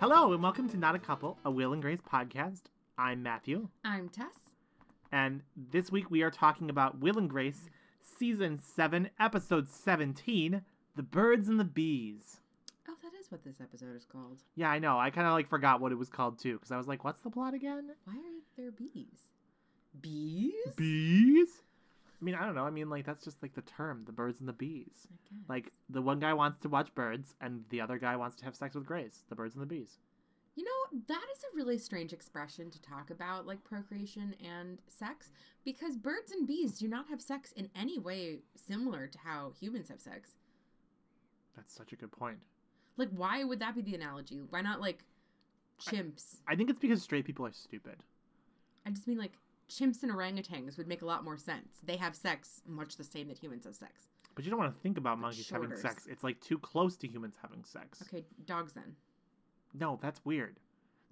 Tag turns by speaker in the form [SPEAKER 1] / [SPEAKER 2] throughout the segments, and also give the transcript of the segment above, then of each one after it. [SPEAKER 1] Hello and welcome to Not a Couple, a Will and Grace podcast. I'm Matthew,
[SPEAKER 2] I'm Tess.
[SPEAKER 1] and this week we are talking about Will and Grace season 7, episode 17, The Birds and the Bees.
[SPEAKER 2] Oh, that is what this episode is called.
[SPEAKER 1] Yeah, I know. I kind of like forgot what it was called too cuz I was like, what's the plot again?
[SPEAKER 2] Why are there bees? Bees?
[SPEAKER 1] Bees? I mean, I don't know. I mean, like that's just like the term, The Birds and the Bees.
[SPEAKER 2] I guess.
[SPEAKER 1] Like the one guy wants to watch birds and the other guy wants to have sex with Grace, The Birds and the Bees.
[SPEAKER 2] you know, that is a really strange expression to talk about, like procreation and sex, because birds and bees do not have sex in any way similar to how humans have sex.
[SPEAKER 1] That's such a good point.
[SPEAKER 2] Like, why would that be the analogy? Why not like chimps?
[SPEAKER 1] I think it's because straight people are stupid.
[SPEAKER 2] I just mean like chimps and orangutans would make a lot more sense. They have sex much the same that humans have sex.
[SPEAKER 1] But you don't want to think about monkeys having
[SPEAKER 2] shorters.
[SPEAKER 1] sex. It's like too close to humans having sex.
[SPEAKER 2] Okay, dogs then.
[SPEAKER 1] No, that's weird.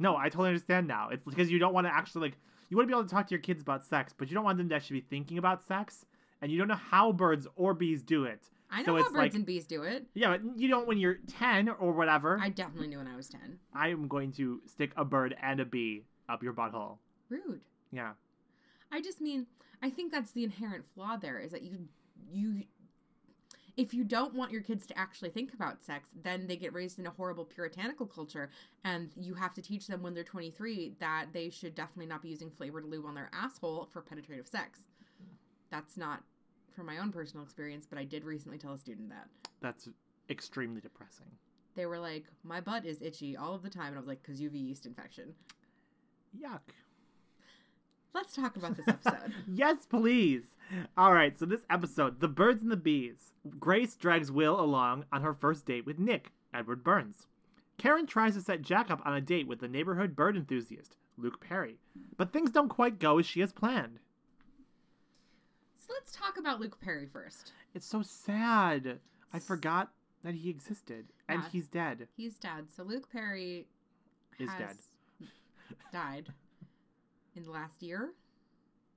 [SPEAKER 1] No, I totally understand now. It's because you don't want to actually like you want to be able to talk to your kids about sex, but you don't want them to actually be thinking about sex, and you don't know how birds or bees do it.
[SPEAKER 2] I know
[SPEAKER 1] so
[SPEAKER 2] how
[SPEAKER 1] it's
[SPEAKER 2] birds
[SPEAKER 1] like
[SPEAKER 2] and bees do it.
[SPEAKER 1] yeah, but you don't when you're ten or whatever.
[SPEAKER 2] I definitely knew when I was 10.
[SPEAKER 1] I am going to stick a bird and a bee up your butthole.
[SPEAKER 2] Rude.
[SPEAKER 1] Yeah,
[SPEAKER 2] I just mean, I think that's the inherent flaw there is that you, you, if you don't want your kids to actually think about sex, then they get raised in a horrible puritanical culture, and you have to teach them when they're 23 that they should definitely not be using flavored lube on their asshole for penetrative sex. That's not from my own personal experience, but I did recently tell a student that.
[SPEAKER 1] that's extremely depressing.
[SPEAKER 2] They were like, my butt is itchy all of the time. And I was like, because UV yeast infection.
[SPEAKER 1] Yuck.
[SPEAKER 2] Let's talk about this episode.
[SPEAKER 1] Yes, please. All right, so this episode, The Birds and the Bees. Grace drags Will along on her first date with Nick, Edward Burns. Karen tries to set Jack up on a date with the neighborhood bird enthusiast, Luke Perry, but things don't quite go as she has planned.
[SPEAKER 2] so let's talk about Luke Perry first.
[SPEAKER 1] It's so sad. I forgot that he existed and
[SPEAKER 2] Yeah.
[SPEAKER 1] he's dead.
[SPEAKER 2] He's dead. So Luke Perry
[SPEAKER 1] Is
[SPEAKER 2] has died in the last year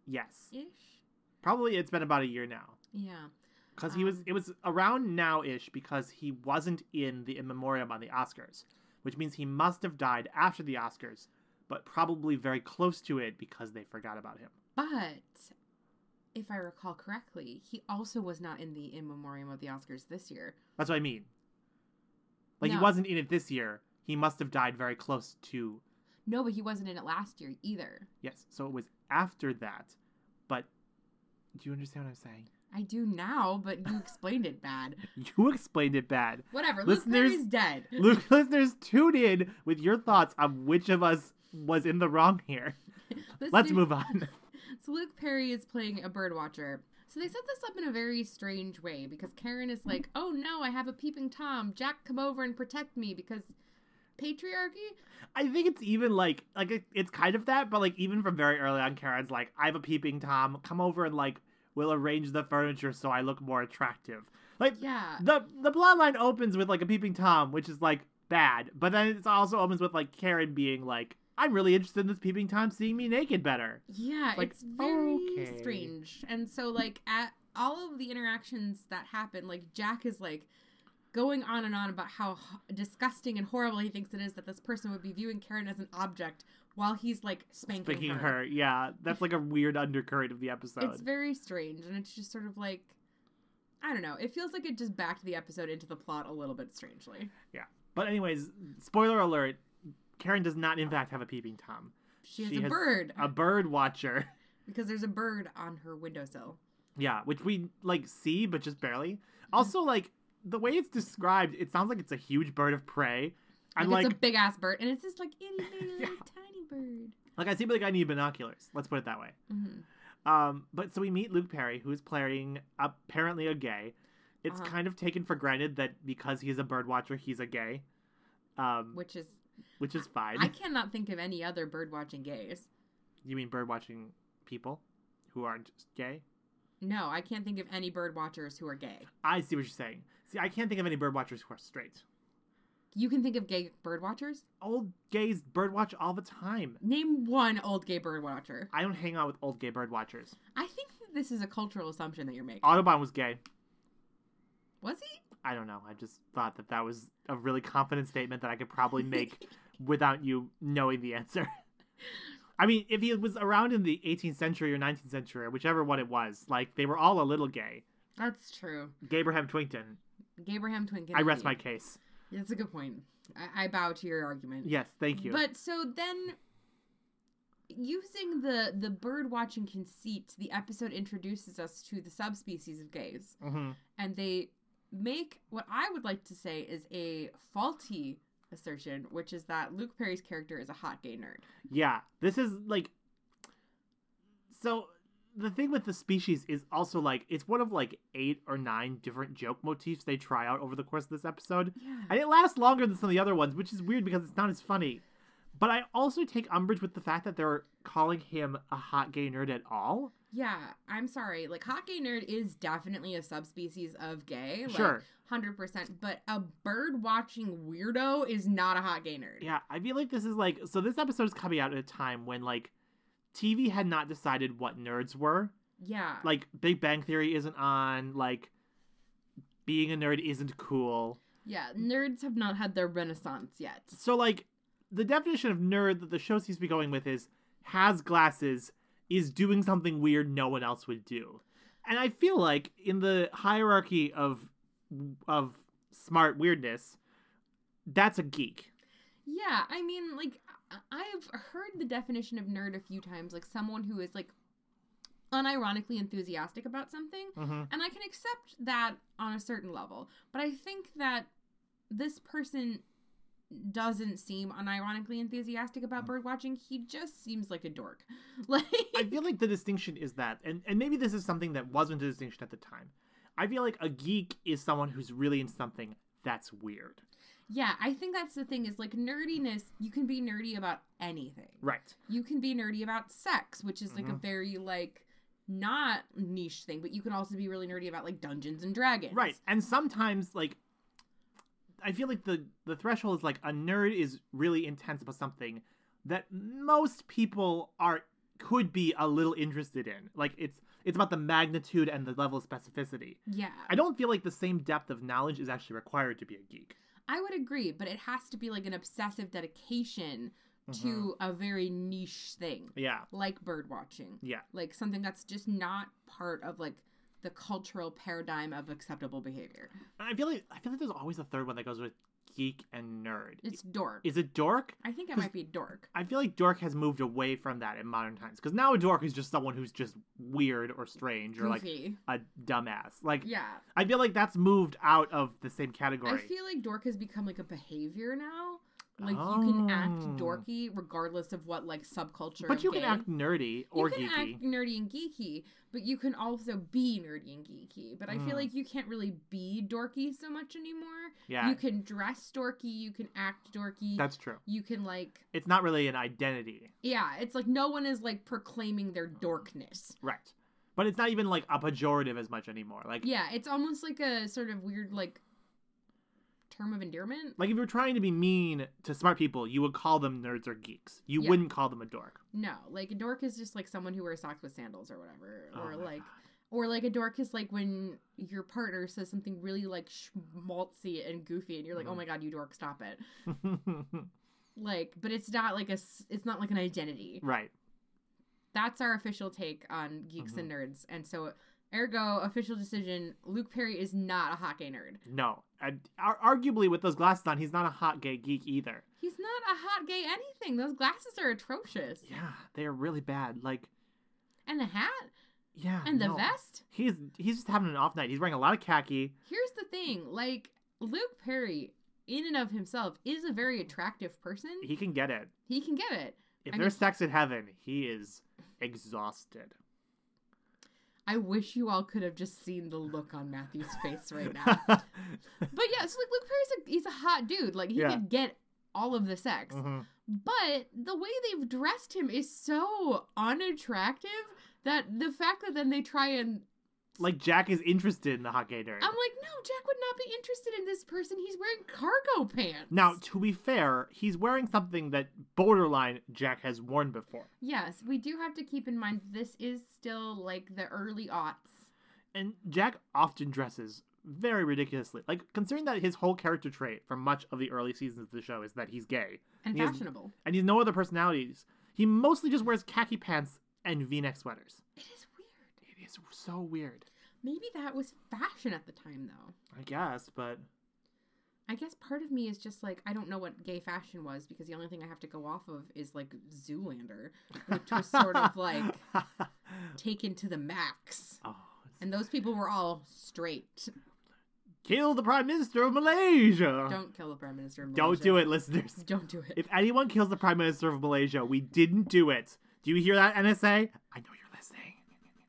[SPEAKER 1] Yes.
[SPEAKER 2] ish.
[SPEAKER 1] Probably it's been about a year now.
[SPEAKER 2] Yeah.
[SPEAKER 1] Because he was,
[SPEAKER 2] Um,
[SPEAKER 1] it was around now ish because he wasn't in the in memoriam on the Oscars, which means he must have died after the Oscars, but probably very close to it because they forgot about him.
[SPEAKER 2] But if I recall correctly, he also was not in the in memoriam of the Oscars this year.
[SPEAKER 1] That's what I mean. Like he
[SPEAKER 2] No.
[SPEAKER 1] wasn't in it this year. He must have died very close to
[SPEAKER 2] No, but he wasn't in it last year either.
[SPEAKER 1] yes. So it was after that, but do you understand what I'm saying?
[SPEAKER 2] I do now, but you explained it bad.
[SPEAKER 1] You explained it bad.
[SPEAKER 2] Whatever.
[SPEAKER 1] Listeners-
[SPEAKER 2] Luke Perry's dead.
[SPEAKER 1] Luke, listeners, tune in with your thoughts on which of us was in the wrong here. Let's
[SPEAKER 2] Listeners-
[SPEAKER 1] move on.
[SPEAKER 2] So Luke Perry is playing a bird watcher. So they set this up in a very strange way because Karen is like, "Oh no, I have a peeping tom. Jack, come over and protect me because patriarchy."
[SPEAKER 1] I think it's even like like it, it's kind of that, but like even from very early on, Karen's like, "I have a peeping tom. Come over and like we'll arrange the furniture so I look more attractive." Like
[SPEAKER 2] Yeah.
[SPEAKER 1] the the bloodline opens with like a peeping tom, which is like bad, but then it also opens with like Karen being like, "I'm really interested in this peeping tom seeing me naked better."
[SPEAKER 2] Yeah,
[SPEAKER 1] It's like,
[SPEAKER 2] it's very
[SPEAKER 1] okay.
[SPEAKER 2] strange. And so like at all of the interactions that happen, like Jack is like going on and on about how h- disgusting and horrible he thinks it is that this person would be viewing Karen as an object while he's like spanking,
[SPEAKER 1] Spanking her.
[SPEAKER 2] her.
[SPEAKER 1] yeah, that's like a weird undercurrent of the episode.
[SPEAKER 2] It's very strange, and it's just sort of like I don't know. It feels like it just backed the episode into the plot a little bit strangely.
[SPEAKER 1] yeah, but anyways, spoiler alert: Karen does not in fact have a peeping tom.
[SPEAKER 2] She has a bird
[SPEAKER 1] a bird watcher.
[SPEAKER 2] because there's a bird on her windowsill.
[SPEAKER 1] Yeah, which we like see, but just barely.
[SPEAKER 2] Mm-hmm.
[SPEAKER 1] Also, like the way it's described, it sounds like it's a huge bird of prey. I'm
[SPEAKER 2] Like,
[SPEAKER 1] like,
[SPEAKER 2] it's a big ass bird, and it's this like itty bitty little
[SPEAKER 1] Yeah.
[SPEAKER 2] tiny bird.
[SPEAKER 1] like I see, but like I need binoculars. Let's put it that way.
[SPEAKER 2] Mhm.
[SPEAKER 1] Um, but so we meet Luke Perry, who is playing apparently a gay. It's
[SPEAKER 2] Uh-huh.
[SPEAKER 1] kind of taken for granted that because he's a bird watcher, he's a gay, um,
[SPEAKER 2] Which is
[SPEAKER 1] which is fine.
[SPEAKER 2] I cannot think of any other bird watching gays.
[SPEAKER 1] You mean bird watching people who aren't gay?
[SPEAKER 2] No, I can't think of any bird watchers who are gay.
[SPEAKER 1] I see what you're saying. See, I can't think of any bird watchers who are straight.
[SPEAKER 2] You can think of gay bird watchers.
[SPEAKER 1] Old gays bird watch all the time.
[SPEAKER 2] Name one old gay bird watcher.
[SPEAKER 1] I don't hang out with old gay bird watchers.
[SPEAKER 2] I think that this is a cultural assumption that you're making.
[SPEAKER 1] Audubon was gay.
[SPEAKER 2] Was he?
[SPEAKER 1] I don't know. I just thought that that was a really confident statement that I could probably make without you knowing the answer. I mean, if he was around in the 18th century or 19th century, or whichever one it was, like they were all a little gay.
[SPEAKER 2] That's true.
[SPEAKER 1] Gabraham Twinton.
[SPEAKER 2] Gabraham Twinkin.
[SPEAKER 1] I rest my
[SPEAKER 2] indeed.
[SPEAKER 1] case.
[SPEAKER 2] That's a good point. I, I bow to your argument.
[SPEAKER 1] Yes, thank you.
[SPEAKER 2] But so then using the the bird watching conceit, the episode introduces us to the subspecies of gays.
[SPEAKER 1] Mhm.
[SPEAKER 2] And they make what I would like to say is a faulty assertion, which is that Luke Perry's character is a hot gay nerd.
[SPEAKER 1] Yeah, this is like. So the thing with the species is also like it's one of like eight or nine different joke motifs they try out over the course of this episode,
[SPEAKER 2] Yeah.
[SPEAKER 1] and it lasts longer than some of the other ones, which is weird because it's not as funny. But I also take umbrage with the fact that they're calling him a hot gay nerd at all.
[SPEAKER 2] Yeah, I'm sorry. Like hot gay nerd is definitely a subspecies of gay. Like,
[SPEAKER 1] Sure.
[SPEAKER 2] 100%, but a bird watching weirdo is not a hot gay nerd.
[SPEAKER 1] Yeah, I feel like this is like so. This episode is coming out at a time when like TV had not decided what nerds were.
[SPEAKER 2] Yeah.
[SPEAKER 1] Like Big Bang Theory isn't on. Like being a nerd isn't cool.
[SPEAKER 2] Yeah, nerds have not had their renaissance yet.
[SPEAKER 1] So like the definition of nerd that the show seems to be going with is has glasses, is doing something weird no one else would do. And I feel like in the hierarchy of of smart weirdness, that's a geek.
[SPEAKER 2] Yeah, I mean, like, I- I've heard the definition of nerd a few times, like someone who is, like, unironically enthusiastic about something.
[SPEAKER 1] Mm-hmm.
[SPEAKER 2] And I can accept that on a certain level. But I think that this person doesn't seem unironically enthusiastic about bird watching. He just seems like a dork. Like,
[SPEAKER 1] I feel like the distinction is that, and, and maybe this is something that wasn't a distinction at the time. I feel like a geek is someone who's really in something that's weird.
[SPEAKER 2] yeah, I think that's the thing is like nerdiness, you can be nerdy about anything.
[SPEAKER 1] Right.
[SPEAKER 2] you can be nerdy about sex, which is like a
[SPEAKER 1] Mhm.
[SPEAKER 2] very like not niche thing, but you can also be really nerdy about like Dungeons and Dragons.
[SPEAKER 1] Right. And sometimes like I feel like the the threshold is like a nerd is really intense about something that most people are could be a little interested in. Like it's it's about the magnitude and the level of specificity.
[SPEAKER 2] Yeah.
[SPEAKER 1] I don't feel like the same depth of knowledge is actually required to be a geek.
[SPEAKER 2] I would agree, but it has to be like an obsessive dedication to a very niche thing,
[SPEAKER 1] Mm-hmm. Yeah.
[SPEAKER 2] like bird watching.
[SPEAKER 1] Yeah.
[SPEAKER 2] Like something that's just not part of like the cultural paradigm of acceptable behavior.
[SPEAKER 1] And I feel like I feel like there's always a third one that goes with geek and nerd.
[SPEAKER 2] It's dork.
[SPEAKER 1] is it dork?
[SPEAKER 2] I think it might be dork.
[SPEAKER 1] I feel like dork has moved away from that in modern times because now a dork is just someone who's just weird or strange or like
[SPEAKER 2] Goofy.
[SPEAKER 1] a dumbass. Like
[SPEAKER 2] yeah.
[SPEAKER 1] I feel like that's moved out of the same
[SPEAKER 2] I
[SPEAKER 1] category.
[SPEAKER 2] feel like dork has become like a behavior now. Like you can act
[SPEAKER 1] Oh.
[SPEAKER 2] dorky regardless of what like subculture.
[SPEAKER 1] but
[SPEAKER 2] of
[SPEAKER 1] you can
[SPEAKER 2] gay.
[SPEAKER 1] act nerdy or
[SPEAKER 2] you can
[SPEAKER 1] geeky.
[SPEAKER 2] act nerdy and geeky, but you can also be nerdy and geeky. But I
[SPEAKER 1] Mm.
[SPEAKER 2] feel like you can't really be dorky so much anymore.
[SPEAKER 1] yeah,
[SPEAKER 2] You can dress dorky, you can act dorky.
[SPEAKER 1] that's true.
[SPEAKER 2] you can like
[SPEAKER 1] It's not really an identity,
[SPEAKER 2] yeah, it's like no one is like proclaiming their dorkness.
[SPEAKER 1] right? But it's not even like a pejorative as much anymore. Like
[SPEAKER 2] Yeah, it's almost like a sort of weird like term of endearment.
[SPEAKER 1] like if you're trying to be mean to smart people, you would call them nerds or geeks. You
[SPEAKER 2] Yeah.
[SPEAKER 1] wouldn't call them a dork.
[SPEAKER 2] No, like a dork is just like someone who wears socks with sandals or whatever,
[SPEAKER 1] Oh
[SPEAKER 2] or
[SPEAKER 1] my
[SPEAKER 2] like,
[SPEAKER 1] God.
[SPEAKER 2] or like a dork is like when your partner says something really like schmaltzy and goofy, and you're like, oh
[SPEAKER 1] Mhm.
[SPEAKER 2] my god, you dork, stop it. Like, but it's not like a, s- it's not like an identity.
[SPEAKER 1] right.
[SPEAKER 2] That's our official take on
[SPEAKER 1] Mm-hmm.
[SPEAKER 2] geeks and nerds, and so. Ergo, official decision: Luke Perry is not a hockey nerd.
[SPEAKER 1] No. And ar- arguably, with those glasses on, he's not a hot gay geek either.
[SPEAKER 2] He's not a hot gay anything. Those glasses are atrocious,
[SPEAKER 1] Yeah, they are really bad. Like,
[SPEAKER 2] and the hat,
[SPEAKER 1] yeah.
[SPEAKER 2] and the
[SPEAKER 1] no.
[SPEAKER 2] vest.
[SPEAKER 1] He's he's just having an off night. He's wearing a lot of khaki.
[SPEAKER 2] Here's the thing, like Luke Perry in and of himself is a very attractive person.
[SPEAKER 1] He can get it.
[SPEAKER 2] He can get it.
[SPEAKER 1] If
[SPEAKER 2] I
[SPEAKER 1] there's
[SPEAKER 2] mean-
[SPEAKER 1] sex in heaven, he is exhausted.
[SPEAKER 2] I wish you all could have just seen the look on Matthew's face right now. But yeah, so like Luke Perry's a, he's a hot dude. Like he
[SPEAKER 1] Yeah.
[SPEAKER 2] could get all of the sex.
[SPEAKER 1] Mhm.
[SPEAKER 2] But the way they've dressed him is so unattractive that the fact that then they try and
[SPEAKER 1] Like Jack is interested in the hot gay nerd.
[SPEAKER 2] I'm like, no, Jack would not be interested in this person. He's wearing cargo pants.
[SPEAKER 1] now, to be fair, he's wearing something that borderline Jack has worn before.
[SPEAKER 2] yes, we do have to keep in mind this is still like the early aughts.
[SPEAKER 1] And Jack often dresses very ridiculously. Like considering that his whole character trait for much of the early seasons of the show is that he's gay
[SPEAKER 2] and
[SPEAKER 1] He has-
[SPEAKER 2] fashionable.
[SPEAKER 1] and he's no other personalities. He mostly just wears khaki pants and V-neck sweaters.
[SPEAKER 2] It is weird.
[SPEAKER 1] It is so weird.
[SPEAKER 2] Maybe that was fashion at the time, though.
[SPEAKER 1] I guess, but
[SPEAKER 2] I guess part of me is just like I don't know what gay fashion was because the only thing I have to go off of is like Zoolander, which was sort of like taken to the max.
[SPEAKER 1] oh, it's-
[SPEAKER 2] And those people were all straight.
[SPEAKER 1] kill the prime minister of Malaysia.
[SPEAKER 2] Don't kill the prime minister. Of
[SPEAKER 1] Uh, Don't
[SPEAKER 2] Malaysia.
[SPEAKER 1] do it, listeners.
[SPEAKER 2] Don't do it.
[SPEAKER 1] If anyone kills the prime minister of Malaysia, we didn't do it. Do you hear that, NSA? I know you're listening.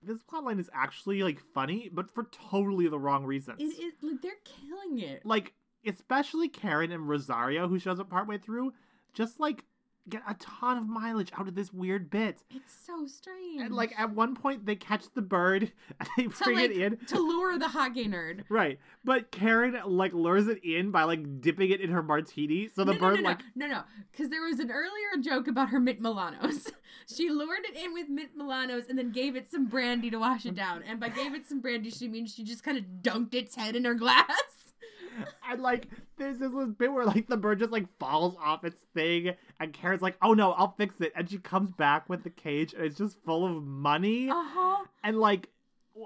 [SPEAKER 1] This plotline is actually like funny, but for totally the wrong reasons.
[SPEAKER 2] It is like they're killing it.
[SPEAKER 1] like especially Karen and Rosario, who shows up partway through, just like get a ton of mileage out of this weird bit.
[SPEAKER 2] It's so strange.
[SPEAKER 1] And like at one point, they catch the bird and they
[SPEAKER 2] to
[SPEAKER 1] bring
[SPEAKER 2] like
[SPEAKER 1] it in.
[SPEAKER 2] to lure the hot gay nerd.
[SPEAKER 1] Right, but Karen like lures it in by like dipping it in her martini, so the
[SPEAKER 2] no,
[SPEAKER 1] bird
[SPEAKER 2] no, no,
[SPEAKER 1] like
[SPEAKER 2] no, no, because there was an earlier joke about her mint Milanos. she lured it in with mint Milanos and then gave it some brandy to wash it down. And by gave it some brandy, she means she just kind of dunked its head in her glass.
[SPEAKER 1] And like there's this little bit where like the bird just like falls off its thing and Karen's like, Oh no, I'll fix it and she comes back with the cage and it's just full of money
[SPEAKER 2] Uh huh.
[SPEAKER 1] and like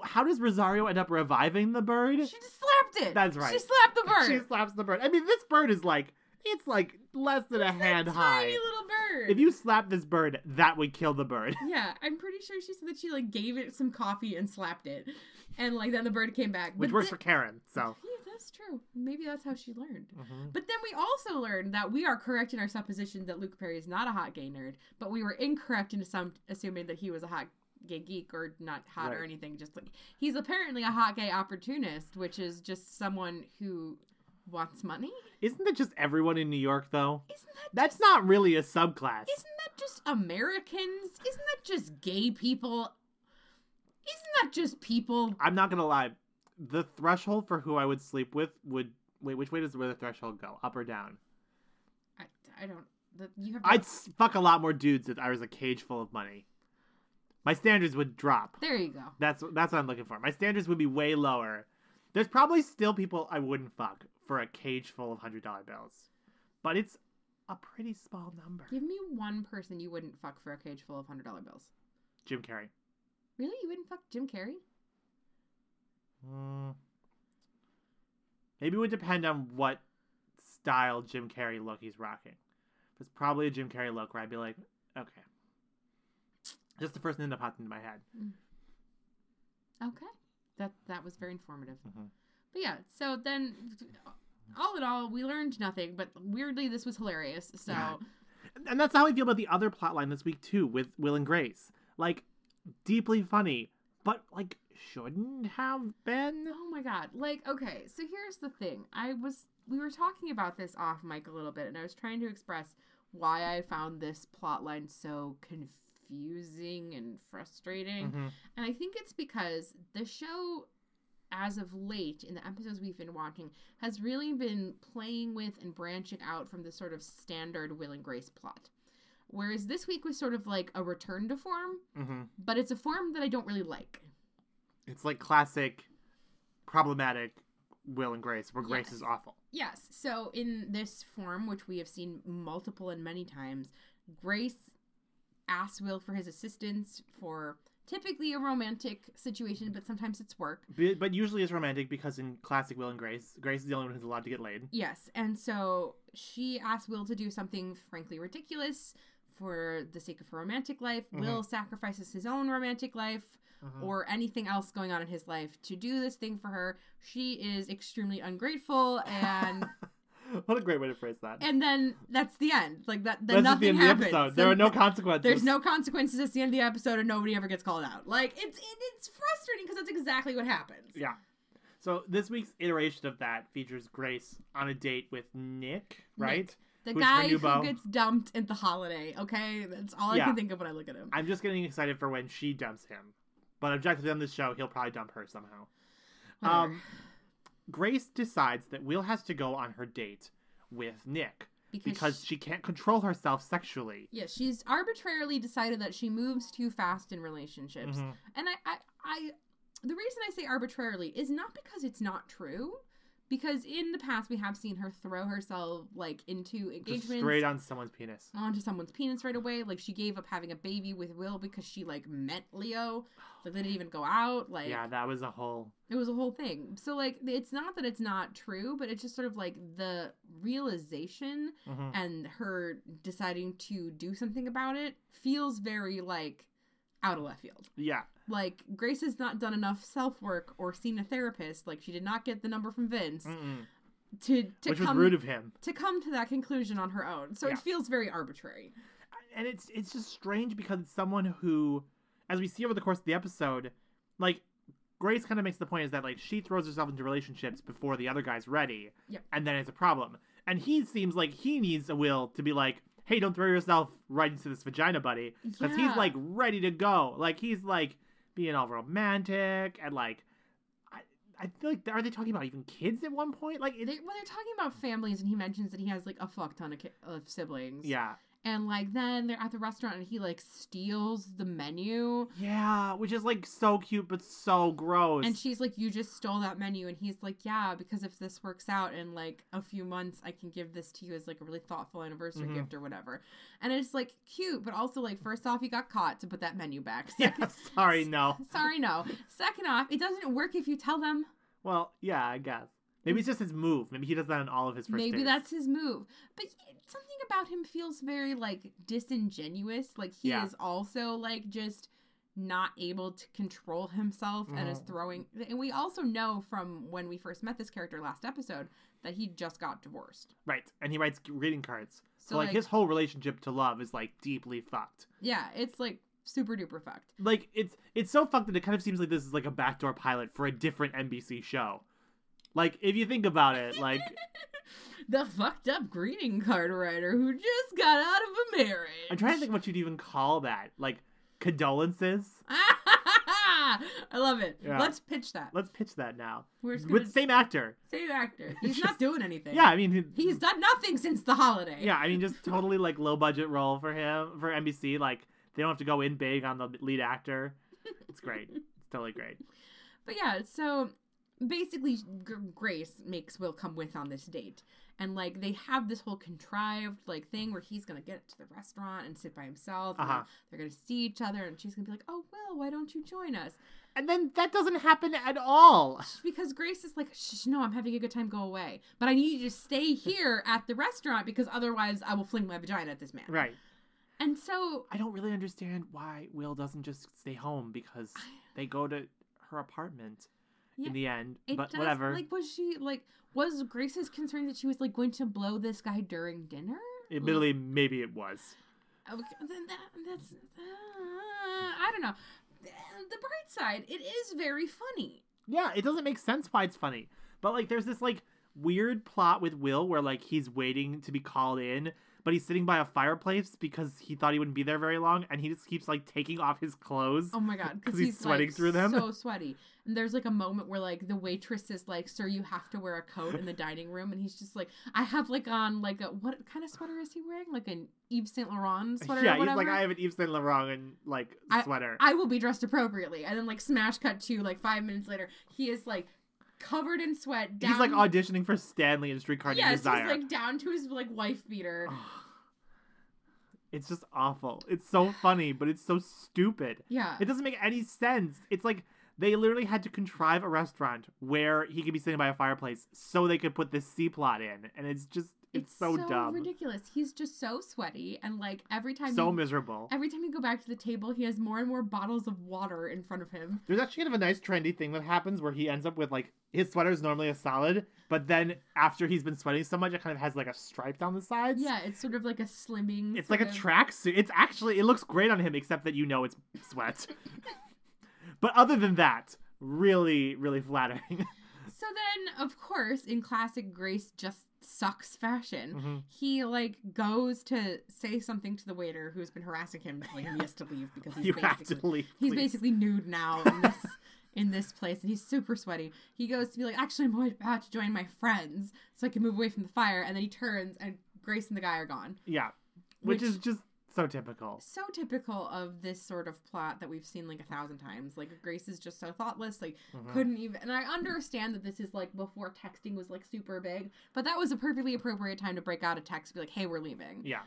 [SPEAKER 1] how does Rosario end up reviving the bird?
[SPEAKER 2] She just slapped it.
[SPEAKER 1] That's right.
[SPEAKER 2] She slapped the bird.
[SPEAKER 1] She slaps the bird. I mean this bird is like it's like less than a
[SPEAKER 2] It's a
[SPEAKER 1] hand high.
[SPEAKER 2] Tiny little bird.
[SPEAKER 1] If you slap this bird, that would kill the bird.
[SPEAKER 2] Yeah, I'm pretty sure she said that she like gave it some coffee and slapped it, and like then the bird came back.
[SPEAKER 1] Which
[SPEAKER 2] But
[SPEAKER 1] works
[SPEAKER 2] thi-
[SPEAKER 1] for Karen, so
[SPEAKER 2] Yeah, that's true. Maybe that's how she learned.
[SPEAKER 1] Mhm.
[SPEAKER 2] But then we also learned that we are correct in our supposition that Luke Perry is not a hot gay nerd, but we were incorrect in assum- assuming that he was a hot gay geek or not hot or
[SPEAKER 1] Right.
[SPEAKER 2] anything. Just like he's apparently a hot gay opportunist, which is just someone who wants money.
[SPEAKER 1] Isn't that just everyone in New York though?
[SPEAKER 2] Isn't that
[SPEAKER 1] That's not really a subclass.
[SPEAKER 2] Isn't that just Americans? Isn't that just gay people? Isn't that just people?
[SPEAKER 1] I'm not gonna lie. The threshold for who I would sleep with would wait. Which way does where the threshold go? Up or down?
[SPEAKER 2] I, I don't. The, you have. To,
[SPEAKER 1] I'd s- fuck a lot more dudes if I was a cage full of money. My standards would drop.
[SPEAKER 2] there you go.
[SPEAKER 1] That's that's what I'm looking for. My standards would be way lower. There's probably still people I wouldn't fuck for a cage full of hundred dollar bills, but it's a pretty small number.
[SPEAKER 2] Give me one person you wouldn't fuck for a cage full of hundred dollar bills.
[SPEAKER 1] Jim Carrey.
[SPEAKER 2] Really, you wouldn't fuck Jim Carrey?
[SPEAKER 1] Mm. Maybe it would depend on what style Jim Carrey look he's rocking. If It's probably a Jim Carrey look where I'd be like, okay. Just the first thing that popped into my head.
[SPEAKER 2] Okay, that that was very informative.
[SPEAKER 1] Mhm.
[SPEAKER 2] But yeah, so then, all in all, we learned nothing. But weirdly, this was hilarious. So
[SPEAKER 1] Yeah. And that's how I feel about the other plot line this week too, with Will and Grace. Like, deeply funny, but like shouldn't have been.
[SPEAKER 2] Oh my god. Like, okay, so here's the thing. I was we were talking about this off mic a little bit and I was trying to express why I found this plot line so confusing and frustrating.
[SPEAKER 1] Mhm.
[SPEAKER 2] And I think it's because the show as of late in the episodes we've been watching has really been playing with and branching out from the sort of standard Will and Grace plot. Whereas this week was sort of like a return to form,
[SPEAKER 1] Mhm.
[SPEAKER 2] but it's a form that I don't really like.
[SPEAKER 1] It's like classic, problematic Will and Grace, where Grace
[SPEAKER 2] Yes.
[SPEAKER 1] is awful.
[SPEAKER 2] Yes. So in this form, which we have seen multiple and many times, Grace asks Will for his assistance for typically a romantic situation, but sometimes it's work.
[SPEAKER 1] But, but usually it's romantic because in classic Will and Grace, Grace is the only one who's allowed to get laid.
[SPEAKER 2] Yes. And so she asks Will to do something frankly ridiculous for the sake of her romantic life.
[SPEAKER 1] Mhm.
[SPEAKER 2] Will sacrifices his own romantic life
[SPEAKER 1] Mhm.
[SPEAKER 2] or anything else going on in his life to do this thing for her. She is extremely ungrateful and
[SPEAKER 1] what a great way to phrase that.
[SPEAKER 2] and then that's the end. Like that
[SPEAKER 1] That's
[SPEAKER 2] then
[SPEAKER 1] just the
[SPEAKER 2] nothing
[SPEAKER 1] end of the
[SPEAKER 2] happens.
[SPEAKER 1] episode. There
[SPEAKER 2] Then
[SPEAKER 1] are no consequences.
[SPEAKER 2] There's no consequences at the end of the episode, and nobody ever gets called out. Like it's it, it's frustrating because that's exactly what happens.
[SPEAKER 1] Yeah. So this week's iteration of that features Grace on a date with Nick, right?
[SPEAKER 2] The
[SPEAKER 1] Who's her
[SPEAKER 2] guy
[SPEAKER 1] new
[SPEAKER 2] who
[SPEAKER 1] beau?
[SPEAKER 2] gets dumped at the holiday. Okay, that's all I
[SPEAKER 1] Yeah.
[SPEAKER 2] can think of when I look at him.
[SPEAKER 1] I'm just getting excited for when she dumps him. But objectively on this show, he'll probably dump her somehow.
[SPEAKER 2] Whatever.
[SPEAKER 1] Um, Grace decides that Will has to go on her date with Nick
[SPEAKER 2] because
[SPEAKER 1] because
[SPEAKER 2] she,
[SPEAKER 1] she can't control herself sexually.
[SPEAKER 2] yeah, she's
[SPEAKER 1] Mm-hmm.
[SPEAKER 2] arbitrarily decided that she moves too fast in relationships,
[SPEAKER 1] Mhm.
[SPEAKER 2] and I I. I the reason I say arbitrarily is not because it's not true, because in the past we have seen her throw herself like into
[SPEAKER 1] Just
[SPEAKER 2] engagements
[SPEAKER 1] straight on someone's penis.
[SPEAKER 2] onto someone's penis right away. Like she gave up having a baby with Will because she like met Leo. Like they didn't even go out. Like
[SPEAKER 1] yeah, that was a whole.
[SPEAKER 2] it was a whole thing. So like it's not that it's not true, but it's just sort of like the realization
[SPEAKER 1] Mhm.
[SPEAKER 2] and her deciding to do something about it feels very like out of left field.
[SPEAKER 1] Yeah,
[SPEAKER 2] Like Grace has not done enough self work or seen a therapist. Like she did not get the number from Vince
[SPEAKER 1] Mm-mm.
[SPEAKER 2] to to
[SPEAKER 1] Mm. which was
[SPEAKER 2] come
[SPEAKER 1] rude of him.
[SPEAKER 2] to come to that conclusion on her own. So
[SPEAKER 1] Yeah.
[SPEAKER 2] it feels very arbitrary.
[SPEAKER 1] and it's it's just strange because it's someone who, as we see over the course of the episode, like Grace kind of makes the point is that like she throws herself into relationships before the other guy's ready,
[SPEAKER 2] Yep.
[SPEAKER 1] and then it's a problem. And he seems like he needs a will to be like, hey, don't throw yourself right into this vagina, buddy, because
[SPEAKER 2] Yeah.
[SPEAKER 1] he's like ready to go. Like he's like being all romantic and like. I I feel like are they talking about even kids at one point? Like, it,
[SPEAKER 2] They, well, they're talking about families, and he mentions that he has like a fuck ton of, ki- of siblings.
[SPEAKER 1] yeah,
[SPEAKER 2] and like then they're at the restaurant, and he like steals the menu,
[SPEAKER 1] yeah, which is like so cute but so gross.
[SPEAKER 2] and she's like, "You just stole that menu," and he's like, "Yeah, because if this works out in like a few months, I can give this to you as like a really thoughtful anniversary
[SPEAKER 1] Mhm.
[SPEAKER 2] gift or whatever." And it's like cute, but also like, first off, you got caught to put that menu back.
[SPEAKER 1] Yeah,
[SPEAKER 2] Second,
[SPEAKER 1] sorry, no.
[SPEAKER 2] sorry, no. Second off, it doesn't work if you tell them.
[SPEAKER 1] Well, yeah, I guess. Maybe it's just his move. Maybe he does that on all of his first
[SPEAKER 2] Maybe
[SPEAKER 1] dates.
[SPEAKER 2] that's his move. But y- something about him feels very like disingenuous. Like he
[SPEAKER 1] Yeah.
[SPEAKER 2] is also like just not able to control himself and is
[SPEAKER 1] Mhm.
[SPEAKER 2] throwing and we also know from when we first met this character last episode that he just got divorced.
[SPEAKER 1] right. And he writes greeting cards. So,
[SPEAKER 2] So
[SPEAKER 1] like, his whole relationship to love is like deeply fucked.
[SPEAKER 2] yeah, it's like super duper fucked.
[SPEAKER 1] Like it's it's so fucked that it kind of seems like this is like a backdoor pilot for a different NBC show. Like if you think about it, like
[SPEAKER 2] The fucked up greeting card writer who just got out of a marriage.
[SPEAKER 1] I'm trying to think what you'd even call that. Like condolences.
[SPEAKER 2] I love it.
[SPEAKER 1] Yeah.
[SPEAKER 2] Let's pitch that.
[SPEAKER 1] Let's pitch that now
[SPEAKER 2] We're just gonna
[SPEAKER 1] with same actor.
[SPEAKER 2] same actor. He's not doing anything.
[SPEAKER 1] Yeah, I mean
[SPEAKER 2] He's done nothing since the holiday.
[SPEAKER 1] Yeah, I mean, just totally like low budget role for him for NBC. Like they don't have to go in big on the lead actor. It's great. It's totally great.
[SPEAKER 2] But yeah, so basically, G- Grace makes Will come with on this date. And like they have this whole contrived like thing where he's gonna get to the restaurant and sit by himself. and
[SPEAKER 1] Uh-huh.
[SPEAKER 2] They're gonna see each other, and she's gonna be like, "Oh Will, why don't you join us?"
[SPEAKER 1] And then that doesn't happen at all.
[SPEAKER 2] Because Grace is like, "Shh, no, I'm having a good time. Go away. But I need you to stay here at the restaurant because otherwise, I will fling my vagina at this man."
[SPEAKER 1] Right.
[SPEAKER 2] And so
[SPEAKER 1] I don't really understand why Will doesn't just stay home because they go to her apartment
[SPEAKER 2] Yeah,
[SPEAKER 1] in the end.
[SPEAKER 2] It
[SPEAKER 1] but
[SPEAKER 2] does,
[SPEAKER 1] whatever.
[SPEAKER 2] Like, was she like, was Grace's concern that she was like going to blow this guy during dinner?
[SPEAKER 1] Admittedly, maybe it was.
[SPEAKER 2] Oh, Okay, then that, that's, uh, I don't know. The bright side, it is very funny.
[SPEAKER 1] Yeah, it doesn't make sense why it's funny. But like there's this like weird plot with Will where like he's waiting to be called in, but he's sitting by a fireplace because he thought he wouldn't be there very long and he just keeps like taking off his clothes.
[SPEAKER 2] Oh my god,
[SPEAKER 1] 'Cause he's sweating
[SPEAKER 2] like,
[SPEAKER 1] through them.
[SPEAKER 2] So sweaty. And there's like a moment where like the waitress is like, "Sir, you have to wear a coat in the dining room," and he's just like, "I have like on like a what kind of sweater is he wearing? Like an Yves Saint Laurent sweater?
[SPEAKER 1] yeah,
[SPEAKER 2] or
[SPEAKER 1] he's
[SPEAKER 2] whatever?
[SPEAKER 1] like I have an Yves Saint Laurent and like sweater.
[SPEAKER 2] I will be dressed appropriately. And then like smash cut to like five minutes later, he is like covered in sweat. Down,
[SPEAKER 1] he's like auditioning for Stanley in Streetcar Named
[SPEAKER 2] yes,
[SPEAKER 1] Desire. Uh-huh.
[SPEAKER 2] he's like down to his like wife beater.
[SPEAKER 1] Ugh. it's just awful. It's so funny, but it's so stupid.
[SPEAKER 2] Yeah,
[SPEAKER 1] It doesn't make any sense. It's like they literally had to contrive a restaurant where he could be sitting by a fireplace so they could put this C plot in. And it's just, it's, so, dumb.
[SPEAKER 2] ridiculous. He's just so sweaty, and like every time
[SPEAKER 1] So
[SPEAKER 2] you,
[SPEAKER 1] miserable.
[SPEAKER 2] every time you go back to the table, he has more and more bottles of water in front of him.
[SPEAKER 1] There's actually kind of a nice trendy thing that happens where he ends up with like his sweater is normally a solid, but then after he's been sweating so much, it kind of has like a stripe down the sides.
[SPEAKER 2] Yeah, it's sort of like a slimming.
[SPEAKER 1] It's
[SPEAKER 2] sort
[SPEAKER 1] like a
[SPEAKER 2] of-
[SPEAKER 1] tracksuit. It's actually it looks great on him, except that you know it's sweat. but other than that, really, really flattering.
[SPEAKER 2] So then, of course, in classic Grace just sucks fashion.
[SPEAKER 1] Mhm.
[SPEAKER 2] He like goes to say something to the waiter who's been harassing him, telling him he has to leave because he's
[SPEAKER 1] you have
[SPEAKER 2] basically
[SPEAKER 1] to leave.
[SPEAKER 2] he's
[SPEAKER 1] please.
[SPEAKER 2] basically nude now in this in this place, and he's super sweaty. He goes to be like, actually, I'm about to join my friends so I can move away from the fire, and then he turns and Grace and the guy are gone.
[SPEAKER 1] Yeah. Which,
[SPEAKER 2] Which-
[SPEAKER 1] is just So typical.
[SPEAKER 2] so typical of this sort of plot that we've seen like a thousand times. Like Grace is just so thoughtless, like
[SPEAKER 1] Mhm.
[SPEAKER 2] couldn't even. And I understand that this is like before texting was like super big, but that was a perfectly appropriate time to break out a text, be like, "Hey, we're leaving,"
[SPEAKER 1] Yeah.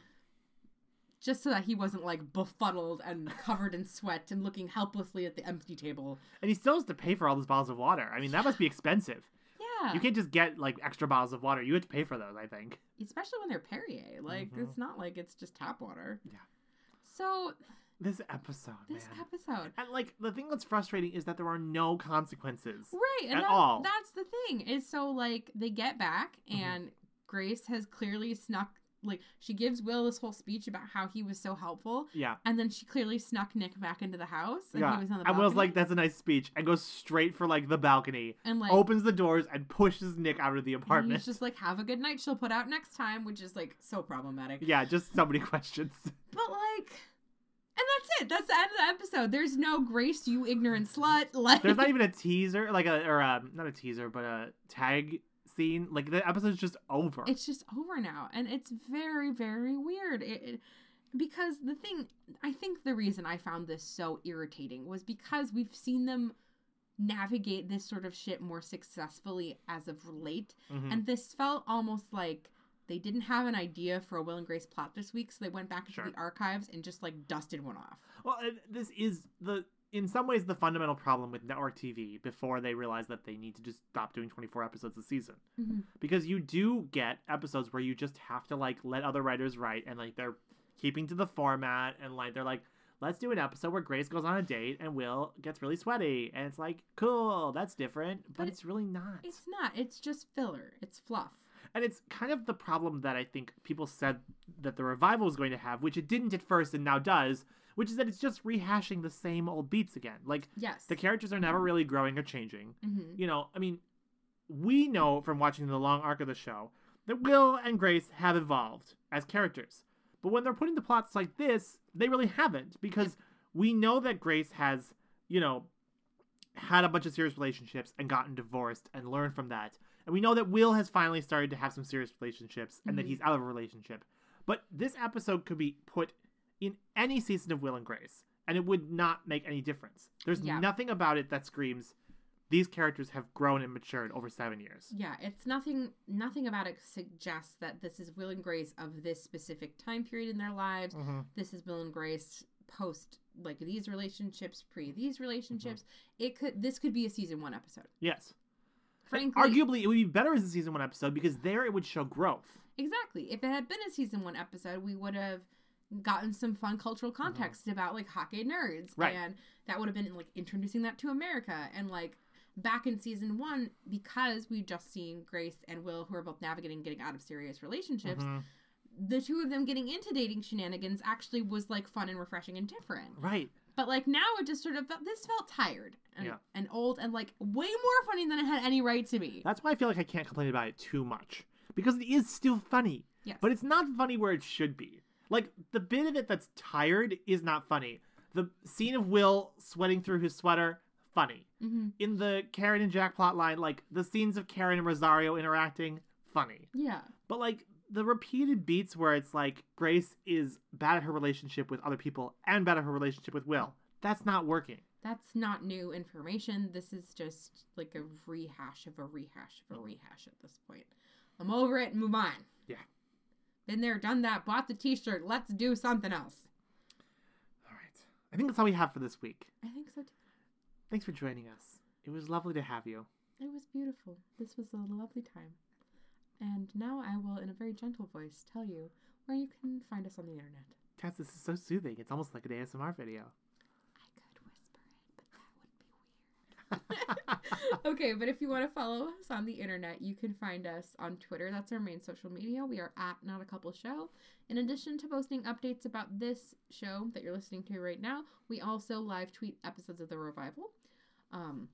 [SPEAKER 2] just so that he wasn't like befuddled and covered in sweat and looking helplessly at the empty table.
[SPEAKER 1] And he still has to pay for all those bottles of water. I mean, that must be expensive.
[SPEAKER 2] Yeah,
[SPEAKER 1] You can't just get like extra bottles of water. You have to pay for those, I think.
[SPEAKER 2] especially when they're Perrier. Like
[SPEAKER 1] Mhm.
[SPEAKER 2] it's not like it's just tap water.
[SPEAKER 1] Yeah.
[SPEAKER 2] So
[SPEAKER 1] This episode,
[SPEAKER 2] this
[SPEAKER 1] man.
[SPEAKER 2] episode.
[SPEAKER 1] and like the thing that's frustrating is that there are no consequences.
[SPEAKER 2] Right, and
[SPEAKER 1] at
[SPEAKER 2] that-
[SPEAKER 1] all.
[SPEAKER 2] That's the thing. Is so like they get back,
[SPEAKER 1] Mhm.
[SPEAKER 2] and Grace has clearly snuck. Like she gives Will this whole speech about how he was so helpful,
[SPEAKER 1] Yeah.
[SPEAKER 2] and then she clearly snuck Nick back into the house, and
[SPEAKER 1] yeah.
[SPEAKER 2] he was on the.
[SPEAKER 1] and Will's
[SPEAKER 2] balcony,
[SPEAKER 1] like, that's a nice speech, and goes straight for like the balcony,
[SPEAKER 2] and like
[SPEAKER 1] opens the doors, and pushes Nick out of the
[SPEAKER 2] and
[SPEAKER 1] apartment.
[SPEAKER 2] he's just like, "Have a good night. She'll put out next time," which is like so problematic.
[SPEAKER 1] Yeah, just so many questions.
[SPEAKER 2] But like, and that's it. That's the end of the episode. There's no Grace, you ignorant slut. Like,
[SPEAKER 1] There's not even a teaser, like a or a, not a teaser, but a tag scene. Like the episode's just over.
[SPEAKER 2] it's just over now and it's very very weird it, it- because the thing i think the reason i found this so irritating was because we've seen them navigate this sort of shit more successfully as of late
[SPEAKER 1] Mhm.
[SPEAKER 2] and this felt almost like they didn't have an idea for a will and grace plot this week so they went back
[SPEAKER 1] Sure.
[SPEAKER 2] into the archives and just like dusted one off
[SPEAKER 1] Well, and this is the in some ways the fundamental problem with network TV before they realized that they need to just stop doing 24 episodes a season because you do get episodes where you just have to like let other writers write and like they're keeping to the format and like they're like let's do an episode where Grace goes on a date and Will gets really sweaty and it's like cool that's different but,
[SPEAKER 2] But it-
[SPEAKER 1] it's really not
[SPEAKER 2] it's not it's just filler it's fluff
[SPEAKER 1] and it's kind of the problem that I think people said that the revival was going to have which it didn't at first and now does which is that it's just rehashing the same old beats again like
[SPEAKER 2] yes
[SPEAKER 1] the characters are never really growing or changing.
[SPEAKER 2] Mhm.
[SPEAKER 1] You know, I mean, we know from watching the long arc of the show that Will and Grace have evolved as characters. But when they're putting the plots like this, they really haven't because we know that Grace has, you know, had a bunch of serious relationships and gotten divorced and learned from that. And we know that Will has finally started to have some serious relationships and that
[SPEAKER 2] Mhm.
[SPEAKER 1] he's out of a relationship. But this episode could be put in any season of Will and Grace, and it would not make any difference. There's
[SPEAKER 2] Yeah.
[SPEAKER 1] nothing about it that screams these characters have grown and matured over seven years.
[SPEAKER 2] Yeah, it's nothing. Nothing about it suggests that this is Will and Grace of this specific time period in their lives. This is Will and Grace post like these relationships, pre these relationships. It could. This could be a season one episode.
[SPEAKER 1] Yes. And
[SPEAKER 2] Frankly,
[SPEAKER 1] arguably, it would be better as a season one episode because there it would show growth.
[SPEAKER 2] exactly. If it had been a season one episode, we would have gotten some fun cultural context about like hockey nerds,
[SPEAKER 1] Right.
[SPEAKER 2] and that would have been like introducing that to America and like. Back in season one, because we've just seen Grace and Will, who are both navigating getting out of serious relationships,
[SPEAKER 1] Mhm.
[SPEAKER 2] the two of them getting into dating shenanigans actually was like fun and refreshing and different.
[SPEAKER 1] Right.
[SPEAKER 2] But like now it just sort of felt this felt tired and,
[SPEAKER 1] Yeah.
[SPEAKER 2] and old and like way more funny than it had any right to be.
[SPEAKER 1] That's why I feel like I can't complain about it too much because it is still funny,
[SPEAKER 2] Yes.
[SPEAKER 1] but it's not funny where it should be. Like the bit of it that's tired is not funny. The scene of Will sweating through his sweater, funny.
[SPEAKER 2] hmm
[SPEAKER 1] in the Karen and Jack plot line, like the scenes of Karen and Rosario interacting, funny.
[SPEAKER 2] Yeah.
[SPEAKER 1] But like the repeated beats where it's like Grace is bad at her relationship with other people and bad at her relationship with Will, that's not working.
[SPEAKER 2] That's not new information. This is just like a rehash of a rehash of a rehash at this point. I'm over it, move on.
[SPEAKER 1] Yeah.
[SPEAKER 2] Been there, done that, bought the t shirt, let's do something else.
[SPEAKER 1] All right. I think that's all we have for this week.
[SPEAKER 2] I think so too.
[SPEAKER 1] Thanks for joining us. It was lovely to have you.
[SPEAKER 2] It was beautiful. This was a lovely time. And now I will, in a very gentle voice, tell you where you can find us on the internet.
[SPEAKER 1] Tess, this is so soothing. It's almost like an ASMR video.
[SPEAKER 2] I could whisper it, but that would be weird. okay, but if you want to follow us on the internet, you can find us on Twitter. That's our main social media. We are at Not a Couple Show. In addition to posting updates about this show that you're listening to right now, we also live tweet episodes of The Revival. Um,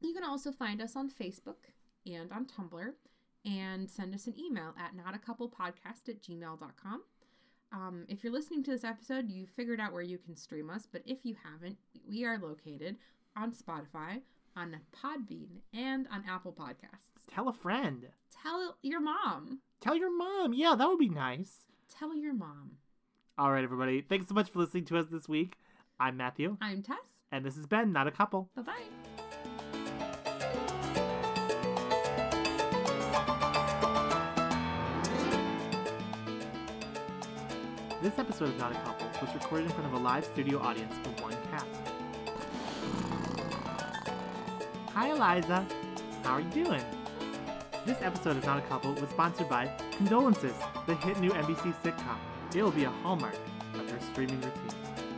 [SPEAKER 2] you can also find us on Facebook and on Tumblr and send us an email at notacouplepodcast at gmail.com. Um, if you're listening to this episode, you figured out where you can stream us, but if you haven't, we are located on Spotify, on Podbean, and on Apple Podcasts.
[SPEAKER 1] Tell a friend.
[SPEAKER 2] Tell your mom.
[SPEAKER 1] Tell your mom. Yeah, that would be nice.
[SPEAKER 2] Tell your mom.
[SPEAKER 1] All right, everybody. Thanks so much for listening to us this week. I'm Matthew,
[SPEAKER 2] I'm Tess.
[SPEAKER 1] and this has been Not a Couple.
[SPEAKER 2] Bye bye.
[SPEAKER 1] This episode of Not a Couple was recorded in front of a live studio audience for one cast. Hi, Eliza. How are you doing? This episode of Not a Couple was sponsored by Condolences, the hit new NBC sitcom. It will be a hallmark of her streaming routine.